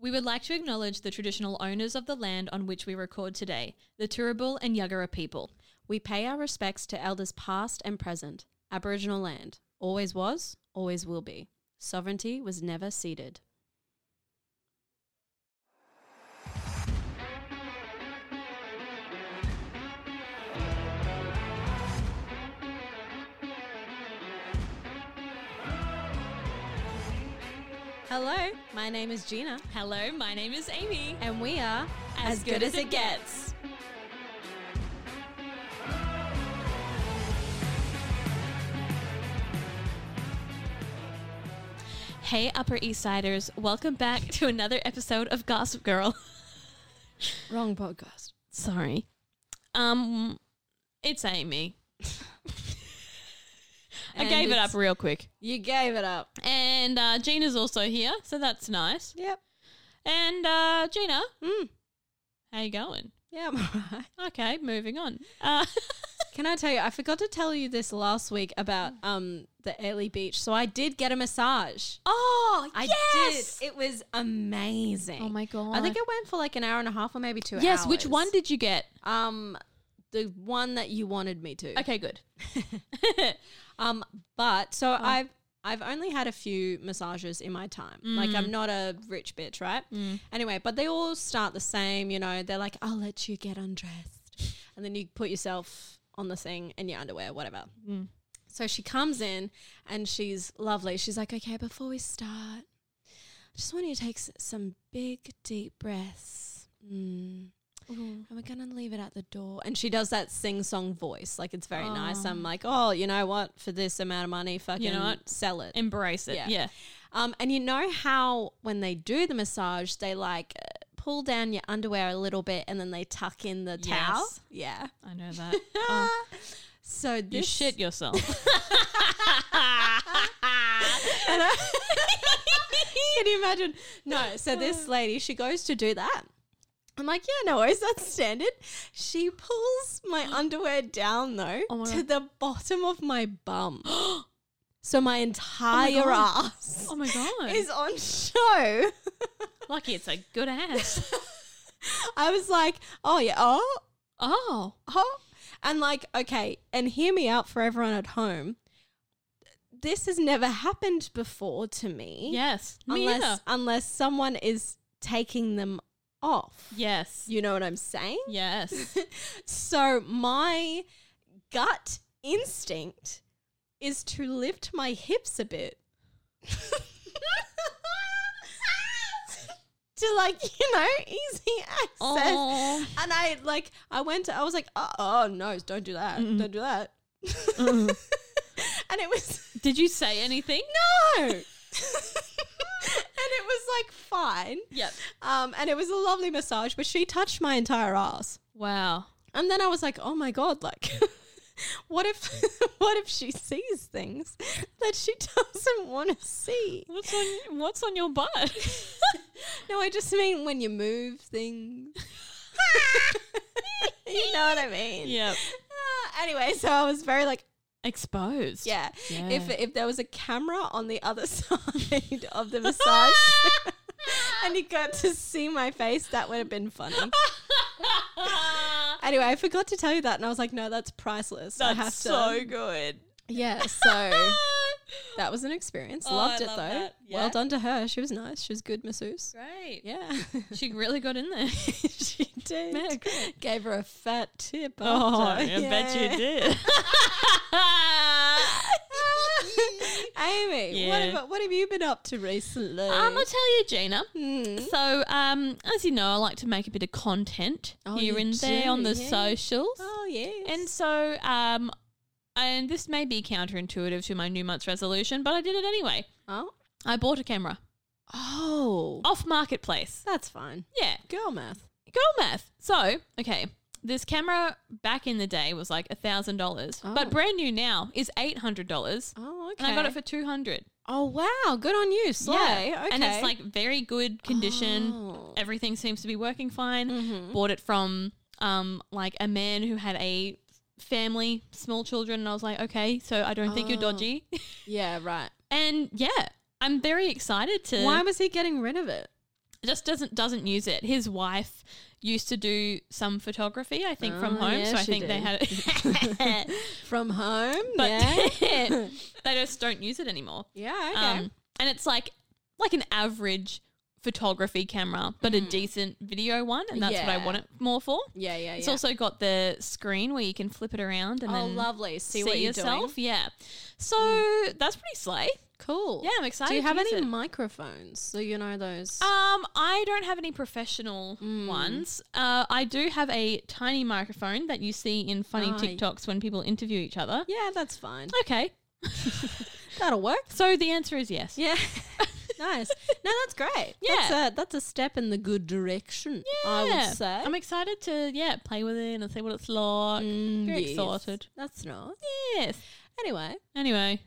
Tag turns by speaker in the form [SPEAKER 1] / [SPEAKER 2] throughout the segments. [SPEAKER 1] We would like to acknowledge the traditional owners of the land on which we record today, the Turrbal and Yuggera people. We pay our respects to elders past and present. Aboriginal land always was, always will be. Sovereignty was never ceded. Hello, my name is Gina,
[SPEAKER 2] Hello, my name is Amy.
[SPEAKER 1] and we are
[SPEAKER 2] As Good As It Gets.
[SPEAKER 1] Hey, Upper East Siders, welcome back to another episode of Gossip Girl.
[SPEAKER 2] Wrong podcast.
[SPEAKER 1] Sorry. Um, it's Amy. I
[SPEAKER 2] And
[SPEAKER 1] gave it
[SPEAKER 2] it's-
[SPEAKER 1] up real quick.
[SPEAKER 2] You gave it up.
[SPEAKER 1] And uh, Gina's also here, so that's nice.
[SPEAKER 2] Yep.
[SPEAKER 1] And uh, Gina,
[SPEAKER 2] Mm.
[SPEAKER 1] how you going?
[SPEAKER 2] Yeah, I'm alright.
[SPEAKER 1] Okay, moving on. Uh,
[SPEAKER 2] Can I tell you? I forgot to tell you this last week about um the early beach. So I did get a massage.
[SPEAKER 1] oh,
[SPEAKER 2] I
[SPEAKER 1] yes!
[SPEAKER 2] did. It was amazing.
[SPEAKER 1] Oh my god!
[SPEAKER 2] I think it went for like an hour and a half or maybe two hours.
[SPEAKER 1] yes. Which one did you get?
[SPEAKER 2] um the one that you wanted me to.
[SPEAKER 1] Okay, good.
[SPEAKER 2] Um, but so I've I've only had a few massages in my time. Like I'm not a rich bitch, right? Anyway, but they all start the same. You know, they're like, I'll let you get undressed, and then you put yourself on the thing in your underwear, whatever. So she comes in and she's lovely. She's like, okay, before we start, I just want you to take s- some big deep breaths. Mm. And we're gonna leave it at the door. And she does that sing song voice, like it's very nice. I'm like, oh, you know what? For this amount of money, fucking
[SPEAKER 1] know what?
[SPEAKER 2] sell it.
[SPEAKER 1] Embrace it.
[SPEAKER 2] Yeah.
[SPEAKER 1] yeah.
[SPEAKER 2] Um, and you know how when they do the massage, they like uh, pull down your underwear a little bit and then they tuck in the towel.
[SPEAKER 1] Yes.
[SPEAKER 2] Yeah.
[SPEAKER 1] I know that. Oh,
[SPEAKER 2] So this
[SPEAKER 1] you shit yourself.
[SPEAKER 2] And I- Can you imagine? No, so this lady, she goes to do that. I'm like, yeah, no worries, that's standard. She pulls my underwear down though
[SPEAKER 1] Oh my
[SPEAKER 2] to the bottom of my bum. so my entire
[SPEAKER 1] Oh God.
[SPEAKER 2] ass
[SPEAKER 1] oh my god!
[SPEAKER 2] is on show.
[SPEAKER 1] Lucky it's a good ass.
[SPEAKER 2] I was like, oh yeah, oh,
[SPEAKER 1] oh,
[SPEAKER 2] oh. And like, okay, and hear me out for everyone at home. This has never happened before to me.
[SPEAKER 1] yes. Me
[SPEAKER 2] unless
[SPEAKER 1] either.
[SPEAKER 2] unless someone is taking them off.
[SPEAKER 1] Yes.
[SPEAKER 2] You know what I'm saying?
[SPEAKER 1] yes.
[SPEAKER 2] So my gut instinct is to lift my hips a bit. to like, you know, easy access.
[SPEAKER 1] Aw.
[SPEAKER 2] And I like I went to I was like, oh, oh no, don't do that. Don't do that. and it was
[SPEAKER 1] Did you say anything?
[SPEAKER 2] no. and it was like fine.
[SPEAKER 1] Yep.
[SPEAKER 2] Um, and it was a lovely massage, but she touched my entire ass.
[SPEAKER 1] Wow.
[SPEAKER 2] And then I was like, oh my god, like what if what if she sees things that she doesn't want to see?
[SPEAKER 1] What's on What's on your butt?
[SPEAKER 2] No, I just mean when you move things. you know what I mean?
[SPEAKER 1] yep.
[SPEAKER 2] Ah, anyway, so I was very like,
[SPEAKER 1] Exposed.
[SPEAKER 2] Yeah. If
[SPEAKER 1] Yeah.
[SPEAKER 2] if there was a camera on the other side of the massage and you got to see my face, that would have been funny. anyway, I forgot to tell you that and I was like, no, that's priceless. I have to
[SPEAKER 1] That's so good. Ah.
[SPEAKER 2] Yeah, so that was an experience.
[SPEAKER 1] Oh,
[SPEAKER 2] Loved
[SPEAKER 1] I
[SPEAKER 2] it
[SPEAKER 1] love
[SPEAKER 2] though.
[SPEAKER 1] that.
[SPEAKER 2] Well
[SPEAKER 1] Yeah.
[SPEAKER 2] done to her. She was nice. She was good masseuse.
[SPEAKER 1] Great.
[SPEAKER 2] Yeah.
[SPEAKER 1] She really got in there.
[SPEAKER 2] she did.
[SPEAKER 1] Yeah, great.
[SPEAKER 2] Gave her a fat tip.
[SPEAKER 1] Oh, I
[SPEAKER 2] after.
[SPEAKER 1] bet
[SPEAKER 2] Yeah.
[SPEAKER 1] you did.
[SPEAKER 2] Amy, what,
[SPEAKER 1] Yeah.
[SPEAKER 2] have, what have you been up to recently?
[SPEAKER 1] I'm gonna tell you, Gina.
[SPEAKER 2] Mm.
[SPEAKER 1] So, um, as you know, I like to make a bit of content
[SPEAKER 2] Oh,
[SPEAKER 1] here
[SPEAKER 2] you
[SPEAKER 1] and there
[SPEAKER 2] do, Oh,
[SPEAKER 1] on the
[SPEAKER 2] yeah.
[SPEAKER 1] socials.
[SPEAKER 2] Oh yes.
[SPEAKER 1] And so um, and this may be counterintuitive to my new month's resolution, but I did it anyway.
[SPEAKER 2] Oh,
[SPEAKER 1] I bought a camera
[SPEAKER 2] oh,
[SPEAKER 1] off marketplace.
[SPEAKER 2] that's fine.
[SPEAKER 1] Yeah,
[SPEAKER 2] Girl math.
[SPEAKER 1] girl math. So, okay, this camera back in the day was like a thousand dollars,
[SPEAKER 2] Oh.
[SPEAKER 1] but brand new now is eight hundred dollars,
[SPEAKER 2] Oh, okay.
[SPEAKER 1] and I got it for two hundred.
[SPEAKER 2] oh wow, good on you, Slay. Okay,
[SPEAKER 1] and it's like very good condition.
[SPEAKER 2] Oh. Mm-hmm.
[SPEAKER 1] Everything seems to be working fine. Bought it from um like a man who had a family, small children, and I was like, okay, so I don't think you're
[SPEAKER 2] Oh.
[SPEAKER 1] dodgy.
[SPEAKER 2] yeah, right.
[SPEAKER 1] and yeah, I'm very excited to.
[SPEAKER 2] Why was he getting rid of it?
[SPEAKER 1] just doesn't doesn't use it. His wife used to do some photography, I think, from
[SPEAKER 2] Oh,
[SPEAKER 1] home.
[SPEAKER 2] yeah,
[SPEAKER 1] so I
[SPEAKER 2] she
[SPEAKER 1] think they
[SPEAKER 2] did.
[SPEAKER 1] had it,
[SPEAKER 2] From home?
[SPEAKER 1] but
[SPEAKER 2] yeah.
[SPEAKER 1] they just don't use it anymore.
[SPEAKER 2] yeah, okay.
[SPEAKER 1] Um, and it's like like an average photography camera, but a decent video one, and that's what I
[SPEAKER 2] Hmm. Yeah.
[SPEAKER 1] want it more for.
[SPEAKER 2] yeah, yeah, yeah.
[SPEAKER 1] It's also got the screen where you can flip it around and
[SPEAKER 2] oh,
[SPEAKER 1] then
[SPEAKER 2] lovely. See, what you're
[SPEAKER 1] yourself.
[SPEAKER 2] doing. Hmm.
[SPEAKER 1] Yeah, so that's pretty slay.
[SPEAKER 2] Cool.
[SPEAKER 1] Yeah, I'm excited.
[SPEAKER 2] Do you
[SPEAKER 1] to
[SPEAKER 2] have
[SPEAKER 1] use
[SPEAKER 2] any
[SPEAKER 1] it.
[SPEAKER 2] microphones? So you know those.
[SPEAKER 1] Um, I don't have any professional
[SPEAKER 2] Mm.
[SPEAKER 1] ones. Uh, I do have a tiny microphone that you see in funny
[SPEAKER 2] Ah, y-
[SPEAKER 1] TikToks when people interview each other.
[SPEAKER 2] yeah, that's fine.
[SPEAKER 1] Okay,
[SPEAKER 2] That'll work.
[SPEAKER 1] so the answer is yes.
[SPEAKER 2] Yeah. nice. No, that's great.
[SPEAKER 1] Yeah.
[SPEAKER 2] That's a, that's a step in the good direction, I
[SPEAKER 1] Yeah.
[SPEAKER 2] would say.
[SPEAKER 1] I'm excited to yeah play with it and see what it's like.
[SPEAKER 2] Mm,
[SPEAKER 1] Very
[SPEAKER 2] yes.
[SPEAKER 1] excited.
[SPEAKER 2] That's nice.
[SPEAKER 1] Yes.
[SPEAKER 2] Anyway,
[SPEAKER 1] Anyway,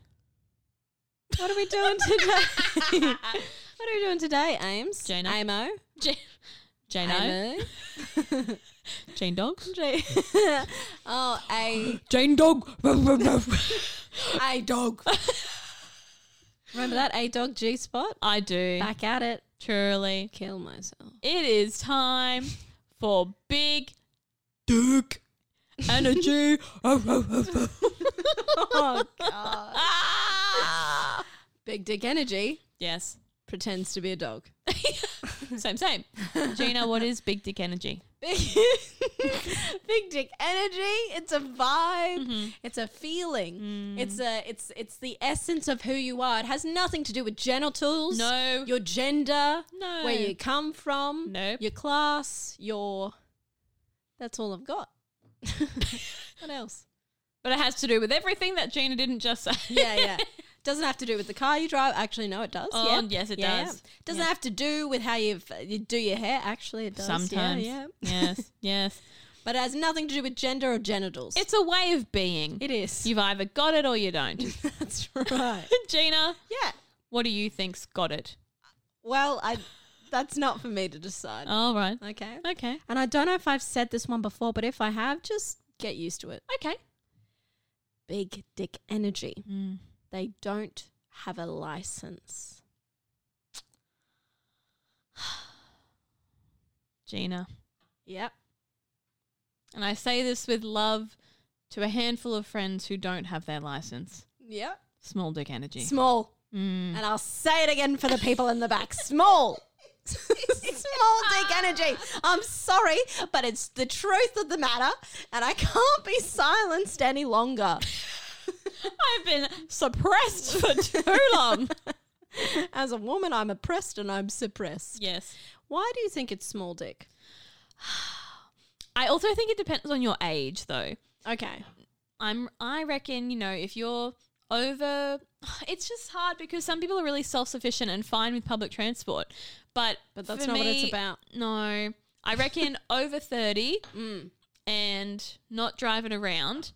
[SPEAKER 2] what are we doing today? what are we doing today, Ames?
[SPEAKER 1] Jana.
[SPEAKER 2] Amo.
[SPEAKER 1] Jane, Jane,
[SPEAKER 2] Amo.
[SPEAKER 1] Jane dogs.
[SPEAKER 2] J- oh, a
[SPEAKER 1] Jane dog.
[SPEAKER 2] a dog. Remember that a dog G spot?
[SPEAKER 1] I do.
[SPEAKER 2] Back at it.
[SPEAKER 1] Truly,
[SPEAKER 2] Kill myself.
[SPEAKER 1] it is time for big dick energy.
[SPEAKER 2] Oh god. Ah. Big dick energy
[SPEAKER 1] Yes.
[SPEAKER 2] pretends to be a dog.
[SPEAKER 1] Same, same. Gina, what is big dick energy?
[SPEAKER 2] big, big dick energy. It's a vibe.
[SPEAKER 1] Mm-hmm.
[SPEAKER 2] It's a feeling.
[SPEAKER 1] Mm.
[SPEAKER 2] It's a it's it's the essence of who you are. It has nothing to do with genitals.
[SPEAKER 1] No.
[SPEAKER 2] Your gender.
[SPEAKER 1] No.
[SPEAKER 2] Where you come from.
[SPEAKER 1] Nope.
[SPEAKER 2] Your class. Your that's all I've got. what else?
[SPEAKER 1] But it has to do with everything that Gina didn't just say.
[SPEAKER 2] Yeah, yeah. Doesn't have to do with the car you drive. Actually, no, it does.
[SPEAKER 1] Oh,
[SPEAKER 2] yeah.
[SPEAKER 1] yes, it does.
[SPEAKER 2] Doesn't have to do with how you you do your hair. Actually, it does. Yeah,
[SPEAKER 1] Sometimes.
[SPEAKER 2] yeah.
[SPEAKER 1] Yes, yes.
[SPEAKER 2] But it has nothing to do with gender or genitals.
[SPEAKER 1] It's a way of being.
[SPEAKER 2] It is.
[SPEAKER 1] You've either got it or you don't.
[SPEAKER 2] That's right.
[SPEAKER 1] Gina,
[SPEAKER 2] yeah.
[SPEAKER 1] what do you think's got it?
[SPEAKER 2] Well, I that's not for me to decide.
[SPEAKER 1] All right.
[SPEAKER 2] Oh, Okay.
[SPEAKER 1] Okay.
[SPEAKER 2] And I don't know if I've said this one before, but if I have, just get used to it.
[SPEAKER 1] Okay.
[SPEAKER 2] Big dick energy. They don't have a license.
[SPEAKER 1] Gina.
[SPEAKER 2] Yep.
[SPEAKER 1] And I say this with love to a handful of friends who don't have their license.
[SPEAKER 2] Yep. Hmm.
[SPEAKER 1] Small dick energy.
[SPEAKER 2] Small. And I'll say it again for the people in the back. Small. Small dick energy. I'm sorry, but it's the truth of the matter, and I can't be silenced any longer.
[SPEAKER 1] I've been suppressed for too long.
[SPEAKER 2] As a woman, I'm oppressed and I'm suppressed.
[SPEAKER 1] yes.
[SPEAKER 2] Why do you think it's small dick?
[SPEAKER 1] I also think it depends on your age, though.
[SPEAKER 2] Okay.
[SPEAKER 1] I'm I reckon, you know, if you're over it's just hard because some people are really self-sufficient and fine with public transport. But
[SPEAKER 2] But that's
[SPEAKER 1] for
[SPEAKER 2] not what it's
[SPEAKER 1] me,
[SPEAKER 2] about.
[SPEAKER 1] No. I reckon over 30
[SPEAKER 2] Mm.
[SPEAKER 1] and not driving around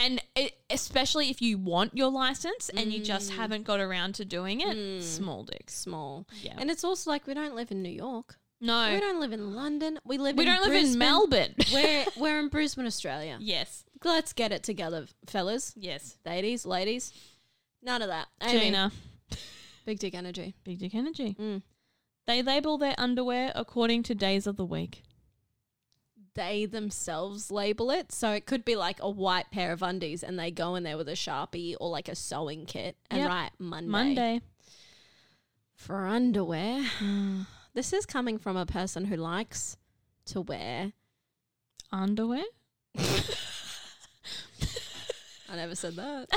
[SPEAKER 1] and it, especially if you want your license and you just
[SPEAKER 2] Mm.
[SPEAKER 1] haven't got around to doing it, small dicks.
[SPEAKER 2] Small.
[SPEAKER 1] Yeah.
[SPEAKER 2] And it's also like we don't live in New York.
[SPEAKER 1] No.
[SPEAKER 2] We don't live in London. We live
[SPEAKER 1] we
[SPEAKER 2] in
[SPEAKER 1] don't live in
[SPEAKER 2] Brisbane.
[SPEAKER 1] Melbourne.
[SPEAKER 2] we're we're in Brisbane, Australia.
[SPEAKER 1] yes.
[SPEAKER 2] Let's get it together, fellas.
[SPEAKER 1] Yes.
[SPEAKER 2] Ladies, ladies. None of that. Amy,
[SPEAKER 1] Gina.
[SPEAKER 2] Big dick energy.
[SPEAKER 1] Big Dick Energy.
[SPEAKER 2] Mm.
[SPEAKER 1] They label their underwear according to days of the week.
[SPEAKER 2] They themselves label it. So it could be like a white pair of undies and they go in there with a Sharpie or like a sewing kit and
[SPEAKER 1] Yep.
[SPEAKER 2] write Monday.
[SPEAKER 1] Monday.
[SPEAKER 2] for underwear.
[SPEAKER 1] Mm.
[SPEAKER 2] this is coming from a person who likes to wear.
[SPEAKER 1] Underwear?
[SPEAKER 2] I never said that.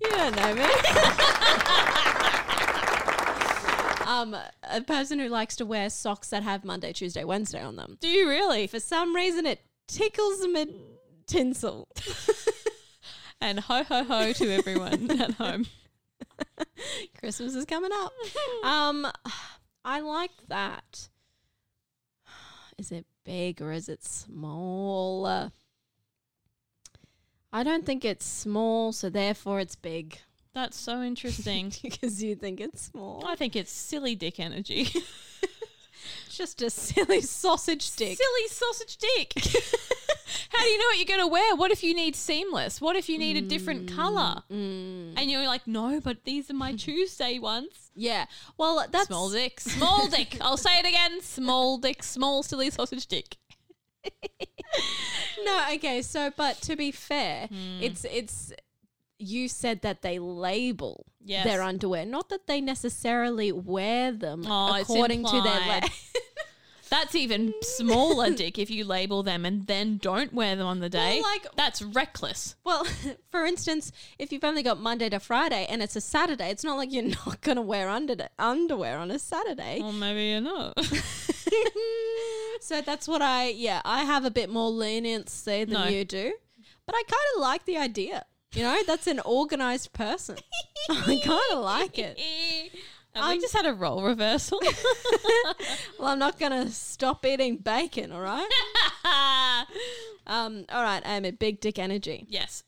[SPEAKER 2] you don't know me. um, a person who likes to wear socks that have Monday, Tuesday, Wednesday on them.
[SPEAKER 1] Do you really?
[SPEAKER 2] For some reason, it tickles mid tinsel.
[SPEAKER 1] And ho ho ho to everyone at home.
[SPEAKER 2] Christmas is coming up. um, I like that. Is it big or is it small? I don't think it's small, so therefore it's big
[SPEAKER 1] That's so interesting.
[SPEAKER 2] because you think it's small.
[SPEAKER 1] I think it's silly dick energy.
[SPEAKER 2] It's just a silly sausage stick.
[SPEAKER 1] Silly sausage dick. How do you know what you're going to wear? What if you need seamless? What if you need a
[SPEAKER 2] Mm,
[SPEAKER 1] different color? And you're like, no, but these are my Tuesday ones.
[SPEAKER 2] Yeah. Well, that's
[SPEAKER 1] Small dick, small dick. I'll say it again. Small dick, small silly sausage dick.
[SPEAKER 2] No, okay. So, but to be fair,
[SPEAKER 1] Hmm.
[SPEAKER 2] it's it's you said that they label
[SPEAKER 1] Yes.
[SPEAKER 2] their underwear, not that they necessarily wear them
[SPEAKER 1] Oh, it's
[SPEAKER 2] according to their
[SPEAKER 1] implied.
[SPEAKER 2] la-
[SPEAKER 1] That's even smaller dick if you label them and then don't wear them on the day.
[SPEAKER 2] Well, like-
[SPEAKER 1] that's reckless.
[SPEAKER 2] Well, for instance, if you've only got Monday to Friday and it's a Saturday, it's not like you're not going to wear under underwear on a Saturday.
[SPEAKER 1] Well, maybe you're not.
[SPEAKER 2] so that's what I yeah, I have a bit more leniency than
[SPEAKER 1] No.
[SPEAKER 2] you do. But I kind of like the idea. You know, that's an organized person. I kind of like it.
[SPEAKER 1] I just had a role reversal.
[SPEAKER 2] Well, I'm not going to stop eating bacon, all right? um, all right, Amy, big dick energy.
[SPEAKER 1] yes.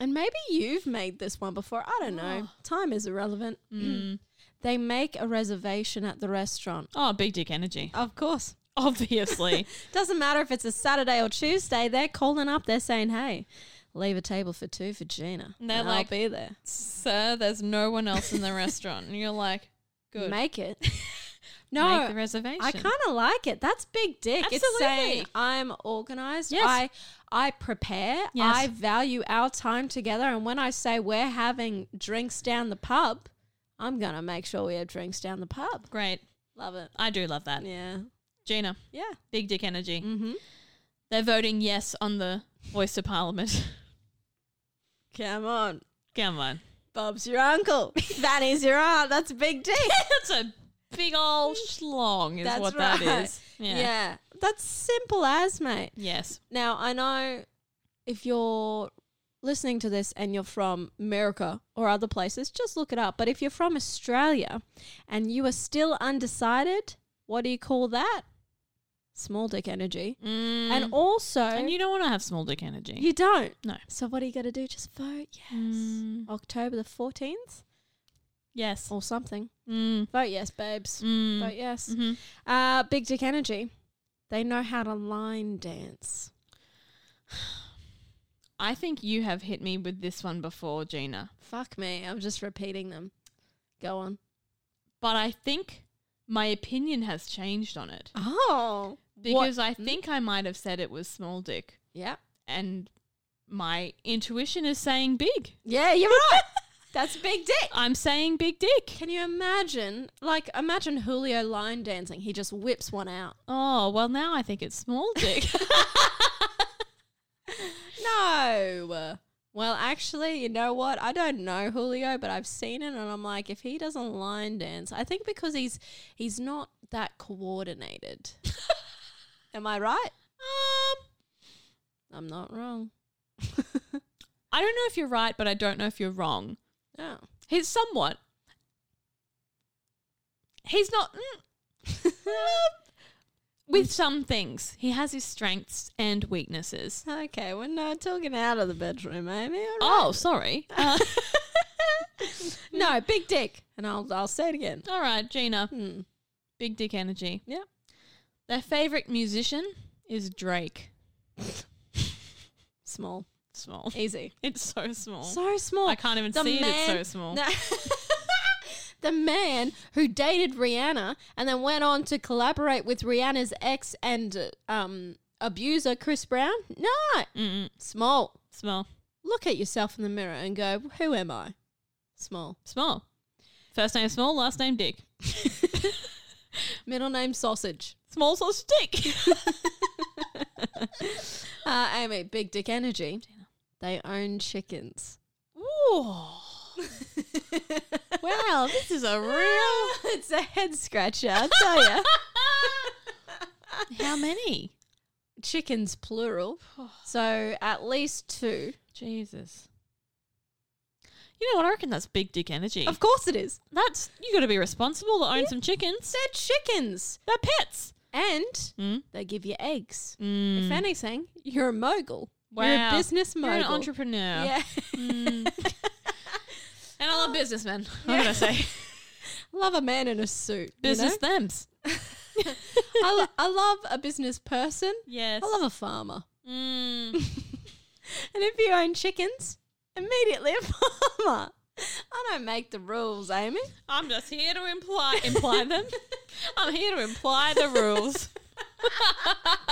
[SPEAKER 2] And maybe you've made this one before. I don't
[SPEAKER 1] Ah.
[SPEAKER 2] know. Time is irrelevant.
[SPEAKER 1] Mm.
[SPEAKER 2] Mm. they make a reservation at the restaurant.
[SPEAKER 1] Oh, big dick energy.
[SPEAKER 2] Of course.
[SPEAKER 1] Obviously.
[SPEAKER 2] Doesn't matter if it's a Saturday or Tuesday, they're calling up. They're saying, hey, leave a table for two for Gina.
[SPEAKER 1] And they're
[SPEAKER 2] and
[SPEAKER 1] like,
[SPEAKER 2] I'll be there.
[SPEAKER 1] Sir, there's no one else in the restaurant. And you're like, good.
[SPEAKER 2] Make it. no.
[SPEAKER 1] Make the reservation.
[SPEAKER 2] I kind of like it. That's big dick. It's saying
[SPEAKER 1] Absolutely.
[SPEAKER 2] I'm organized.
[SPEAKER 1] Yes.
[SPEAKER 2] I I prepare.
[SPEAKER 1] Yes.
[SPEAKER 2] I value our time together. And when I say we're having drinks down the pub, I'm gonna make sure we have drinks down the pub.
[SPEAKER 1] Great.
[SPEAKER 2] Love it.
[SPEAKER 1] I do love that.
[SPEAKER 2] Yeah.
[SPEAKER 1] Gina,
[SPEAKER 2] Yeah. Mm-hmm.
[SPEAKER 1] big dick energy. They're voting yes on the voice of parliament.
[SPEAKER 2] Come on.
[SPEAKER 1] Come on.
[SPEAKER 2] Bob's your uncle. Fanny's your aunt. That's big dick.
[SPEAKER 1] That's a big old schlong, is
[SPEAKER 2] That's
[SPEAKER 1] what
[SPEAKER 2] right.
[SPEAKER 1] that is.
[SPEAKER 2] Yeah. That's simple as, mate.
[SPEAKER 1] Yes.
[SPEAKER 2] Now, I know if you're listening to this and you're from America or other places, just look it up. But if you're from Australia and you are still undecided, what do you call that? Small dick energy.
[SPEAKER 1] Mm.
[SPEAKER 2] And also,
[SPEAKER 1] And
[SPEAKER 2] you,
[SPEAKER 1] you don't want to have small dick energy.
[SPEAKER 2] don't.
[SPEAKER 1] no.
[SPEAKER 2] So, what are you going to do? Just vote yes.
[SPEAKER 1] Mm.
[SPEAKER 2] October the 14th
[SPEAKER 1] Yes.
[SPEAKER 2] or something.
[SPEAKER 1] Mm.
[SPEAKER 2] Vote yes, babes.
[SPEAKER 1] Mm.
[SPEAKER 2] Vote yes.
[SPEAKER 1] Mhm.
[SPEAKER 2] Uh, big dick energy. They know how to line dance.
[SPEAKER 1] I think you have hit me with this one before, Gina.
[SPEAKER 2] Fuck me. I'm just repeating them. Go on.
[SPEAKER 1] But I think my opinion has changed on it
[SPEAKER 2] Oh.
[SPEAKER 1] because I think I might have said it was small dick
[SPEAKER 2] Yeah.
[SPEAKER 1] and my intuition is saying big.
[SPEAKER 2] Yeah, you're right. That's big dick.
[SPEAKER 1] I'm saying big dick.
[SPEAKER 2] Can you imagine? Like, imagine Julio line dancing. He just whips one out.
[SPEAKER 1] Oh, well now I think it's small dick.
[SPEAKER 2] No. Well, actually, you know what? I don't know Julio, but I've seen it, and I'm like, if he doesn't line dance, I think because he's he's not that coordinated. Am I right?
[SPEAKER 1] um
[SPEAKER 2] I'm not wrong.
[SPEAKER 1] I don't know if you're right, but I don't know if you're wrong.
[SPEAKER 2] Oh.
[SPEAKER 1] He's somewhat. He's not. mm.
[SPEAKER 2] Mm.
[SPEAKER 1] with some things, he has his strengths and weaknesses.
[SPEAKER 2] Okay, we're not talking out of the bedroom, Amy. All right.
[SPEAKER 1] Oh, sorry. Uh,
[SPEAKER 2] no, big dick, and I'll I'll say it again.
[SPEAKER 1] all right, Gina.
[SPEAKER 2] Hmm.
[SPEAKER 1] Big dick energy.
[SPEAKER 2] Yeah.
[SPEAKER 1] Their favorite musician is Drake.
[SPEAKER 2] Small,
[SPEAKER 1] Small.
[SPEAKER 2] easy.
[SPEAKER 1] It's so small.
[SPEAKER 2] So small.
[SPEAKER 1] I can't even see it. It's so small.
[SPEAKER 2] No. the man who dated Rihanna and then went on to collaborate with Rihanna's ex and uh, um, abuser Chris Brown. No,
[SPEAKER 1] Mm-mm.
[SPEAKER 2] small.
[SPEAKER 1] Small.
[SPEAKER 2] Look at yourself in the mirror and go, "Who am I?" Small.
[SPEAKER 1] Small. First name small, last name dick.
[SPEAKER 2] Middle name sausage.
[SPEAKER 1] Small sauce dick.
[SPEAKER 2] Uh, Amy, big dick energy. They own chickens.
[SPEAKER 1] wow, this is a real.
[SPEAKER 2] it's a head scratcher, I tell you.
[SPEAKER 1] How many?
[SPEAKER 2] chickens plural. So at least two.
[SPEAKER 1] Jesus. You know what? I reckon that's big dick energy.
[SPEAKER 2] Of course it is.
[SPEAKER 1] That's you got to be responsible to own some chickens.
[SPEAKER 2] They're chickens.
[SPEAKER 1] They're pets.
[SPEAKER 2] And
[SPEAKER 1] Mm.
[SPEAKER 2] they give you eggs.
[SPEAKER 1] Mm.
[SPEAKER 2] If anything, you're a mogul. You're a
[SPEAKER 1] Wow.
[SPEAKER 2] business mogul.
[SPEAKER 1] You're an entrepreneur. Hmm.
[SPEAKER 2] Yeah.
[SPEAKER 1] And I love businessmen. What did I say?
[SPEAKER 2] Love a man in a suit. you know?
[SPEAKER 1] Business thems.
[SPEAKER 2] I, lo- I love a business person.
[SPEAKER 1] Yes.
[SPEAKER 2] I love a farmer.
[SPEAKER 1] Mm.
[SPEAKER 2] And if you own chickens, immediately a farmer. I don't make the rules, Amy.
[SPEAKER 1] I'm just here to imply imply them. I'm here to imply the rules.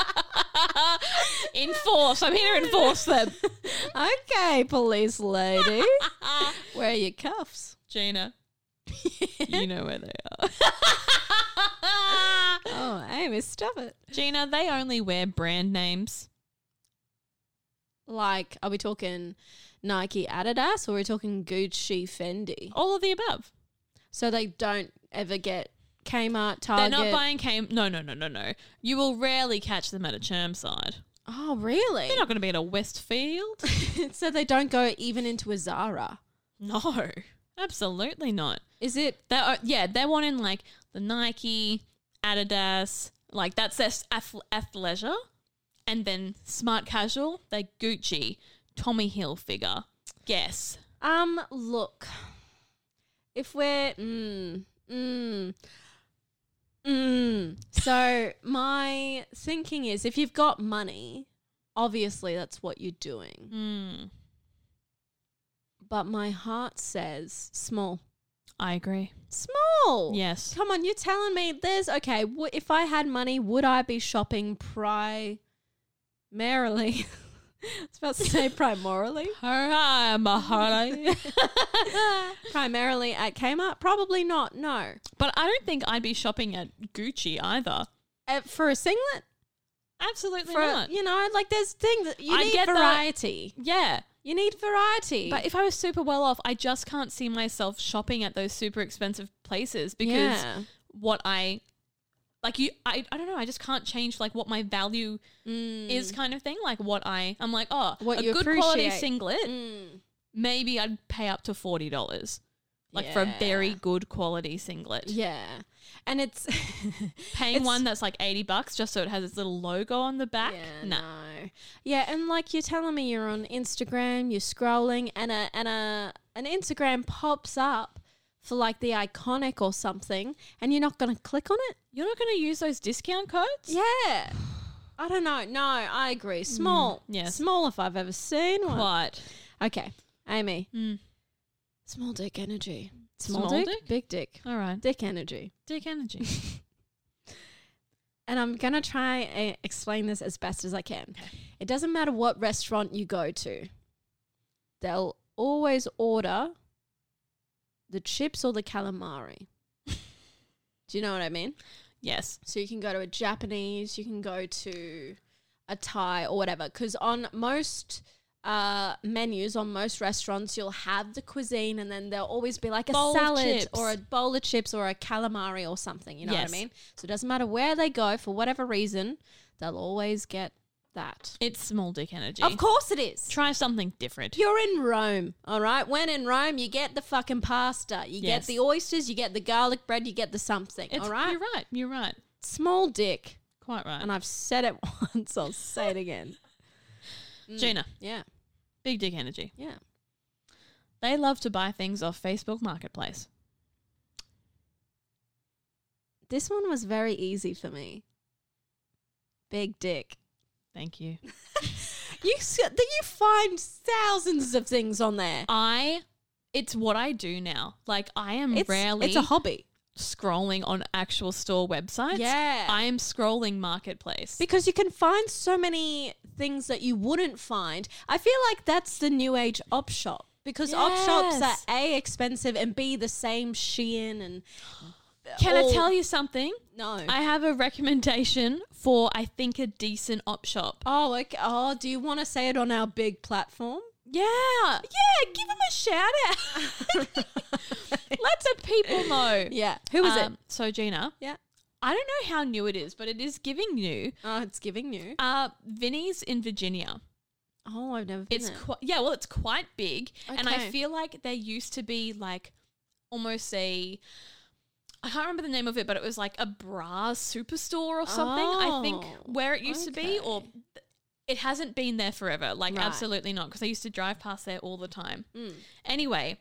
[SPEAKER 1] enforce. I'm here to enforce them.
[SPEAKER 2] Okay, police lady. Where are your cuffs?
[SPEAKER 1] Gina, you know where they are.
[SPEAKER 2] Oh, Amy, stop it.
[SPEAKER 1] Gina, they only wear brand names.
[SPEAKER 2] Like, are we talking Nike Adidas or are we talking Gucci Fendi?
[SPEAKER 1] All of the above.
[SPEAKER 2] So they don't ever get Kmart,
[SPEAKER 1] They're
[SPEAKER 2] Target.
[SPEAKER 1] not buying Cam. No, no, no, no, no. You will rarely catch them at a Chermside.
[SPEAKER 2] Oh, really?
[SPEAKER 1] They're not going to be at a Westfield.
[SPEAKER 2] so they don't go even into a Zara.
[SPEAKER 1] No, absolutely not.
[SPEAKER 2] Is it?
[SPEAKER 1] They are, yeah, they're wanting like the Nike, Adidas, like that's their s- ath- athleisure, and then smart casual. They Gucci, Tommy Hilfiger. Yes,
[SPEAKER 2] Um, look. If we're mm, mm, mm. So my thinking is if you've got money, obviously that's what you're doing.
[SPEAKER 1] mm,
[SPEAKER 2] But my heart says small.
[SPEAKER 1] I agree.
[SPEAKER 2] Small.
[SPEAKER 1] Yes.
[SPEAKER 2] Come on, you're telling me there's okay. W- if I had money, would I be shopping primarily? I was about to say primarily.
[SPEAKER 1] Hurrah, Mahalo.
[SPEAKER 2] primarily at Kmart? Probably not. No.
[SPEAKER 1] but I don't think I'd be shopping at Gucci either.
[SPEAKER 2] Uh, for a singlet,
[SPEAKER 1] Absolutely
[SPEAKER 2] for
[SPEAKER 1] not.
[SPEAKER 2] you know, like there's things you
[SPEAKER 1] I
[SPEAKER 2] need
[SPEAKER 1] get that.
[SPEAKER 2] variety.
[SPEAKER 1] yeah.
[SPEAKER 2] You need variety.
[SPEAKER 1] But if I was super well off, I just can't see myself shopping at those super expensive places because
[SPEAKER 2] Yeah.
[SPEAKER 1] what I like you I, I don't know, I just can't change like what my value is kind of thing. Like what I I'm like, oh
[SPEAKER 2] Mm. What
[SPEAKER 1] a
[SPEAKER 2] you
[SPEAKER 1] good quality
[SPEAKER 2] appreciate.
[SPEAKER 1] singlet,
[SPEAKER 2] Mm.
[SPEAKER 1] maybe I'd pay up to forty dollars. Like for a very
[SPEAKER 2] Yeah.
[SPEAKER 1] good quality singlet.
[SPEAKER 2] yeah, and it's
[SPEAKER 1] Paying
[SPEAKER 2] it's-
[SPEAKER 1] one that's like eighty bucks just so it has its little logo on the back.
[SPEAKER 2] Yeah,
[SPEAKER 1] nah.
[SPEAKER 2] no. Yeah, and like you're telling me you're on Instagram, you're scrolling, and a and a an Instagram pops up for like the iconic or something, and you're not gonna click on it.
[SPEAKER 1] You're not gonna use those discount codes?
[SPEAKER 2] Yeah. I don't know. No, I agree. Small.
[SPEAKER 1] Mm. yes.
[SPEAKER 2] Small if I've ever seen one.
[SPEAKER 1] What?
[SPEAKER 2] Okay. Amy.
[SPEAKER 1] Mm.
[SPEAKER 2] Small dick energy. Small,
[SPEAKER 1] Small
[SPEAKER 2] dick,
[SPEAKER 1] dick?
[SPEAKER 2] Big dick.
[SPEAKER 1] All right.
[SPEAKER 2] Dick energy.
[SPEAKER 1] Dick energy.
[SPEAKER 2] And I'm going to try and explain this as best as I can. It doesn't matter what restaurant you go to, they'll always order the chips or the calamari. Do you know what I mean?
[SPEAKER 1] yes.
[SPEAKER 2] So you can go to a Japanese, you can go to a Thai or whatever. Because on most uh, menus, on most restaurants, you'll have the cuisine and then there'll always be like a
[SPEAKER 1] Bowl of
[SPEAKER 2] salad
[SPEAKER 1] chips.
[SPEAKER 2] or a bowl of chips or a calamari or something. You know
[SPEAKER 1] Yes.
[SPEAKER 2] what I mean? So it doesn't matter where they go, for whatever reason, they'll always get that.
[SPEAKER 1] It's small dick energy.
[SPEAKER 2] Of course it is.
[SPEAKER 1] Try something different.
[SPEAKER 2] You're in Rome, all right? When in Rome, you get the fucking pasta, you get
[SPEAKER 1] Yes.
[SPEAKER 2] the oysters, you get the garlic bread, you get the something,
[SPEAKER 1] It's-
[SPEAKER 2] all right?
[SPEAKER 1] You're right. You're right.
[SPEAKER 2] Small dick.
[SPEAKER 1] Quite right.
[SPEAKER 2] And I've said it once, I'll say it again. mm.
[SPEAKER 1] Gina,
[SPEAKER 2] Yeah,
[SPEAKER 1] big dick energy.
[SPEAKER 2] yeah.
[SPEAKER 1] They love to buy things off Facebook Marketplace.
[SPEAKER 2] This one was very easy for me. Big dick.
[SPEAKER 1] Thank you.
[SPEAKER 2] You s- that you find thousands of things on there.
[SPEAKER 1] I, it's what I do now. Like I am
[SPEAKER 2] It's,
[SPEAKER 1] rarely
[SPEAKER 2] it's a hobby
[SPEAKER 1] scrolling on actual store websites.
[SPEAKER 2] Yeah.
[SPEAKER 1] I am scrolling Marketplace.
[SPEAKER 2] because you can find so many things that you wouldn't find. I feel like that's the new age op shop because op shops
[SPEAKER 1] Yes.
[SPEAKER 2] are a expensive and b the same Shein and
[SPEAKER 1] Can I
[SPEAKER 2] all-
[SPEAKER 1] tell you something?
[SPEAKER 2] no.
[SPEAKER 1] I have a recommendation for I think a decent op shop.
[SPEAKER 2] oh, okay. Oh, do you want to say it on our big platform?
[SPEAKER 1] Yeah. Yeah, give them a shout out. Let the people know.
[SPEAKER 2] Yeah. Who was
[SPEAKER 1] Um, So Gina,
[SPEAKER 2] it? Yeah.
[SPEAKER 1] I don't know how new it is, but it is giving new.
[SPEAKER 2] Oh, it's giving you.
[SPEAKER 1] Uh, Vinnie's in Virginia.
[SPEAKER 2] Oh, I've never been
[SPEAKER 1] It's
[SPEAKER 2] there.
[SPEAKER 1] quite yeah, well, it's quite big, and I
[SPEAKER 2] Okay.
[SPEAKER 1] feel like there used to be like almost a. I can't remember the name of it, but it was like a bra superstore or something. I think
[SPEAKER 2] Oh,
[SPEAKER 1] where it used to be, or
[SPEAKER 2] okay.
[SPEAKER 1] th- it hasn't been there forever. Like
[SPEAKER 2] Right.
[SPEAKER 1] absolutely not, because I used to drive past there all the time.
[SPEAKER 2] Mm.
[SPEAKER 1] Anyway,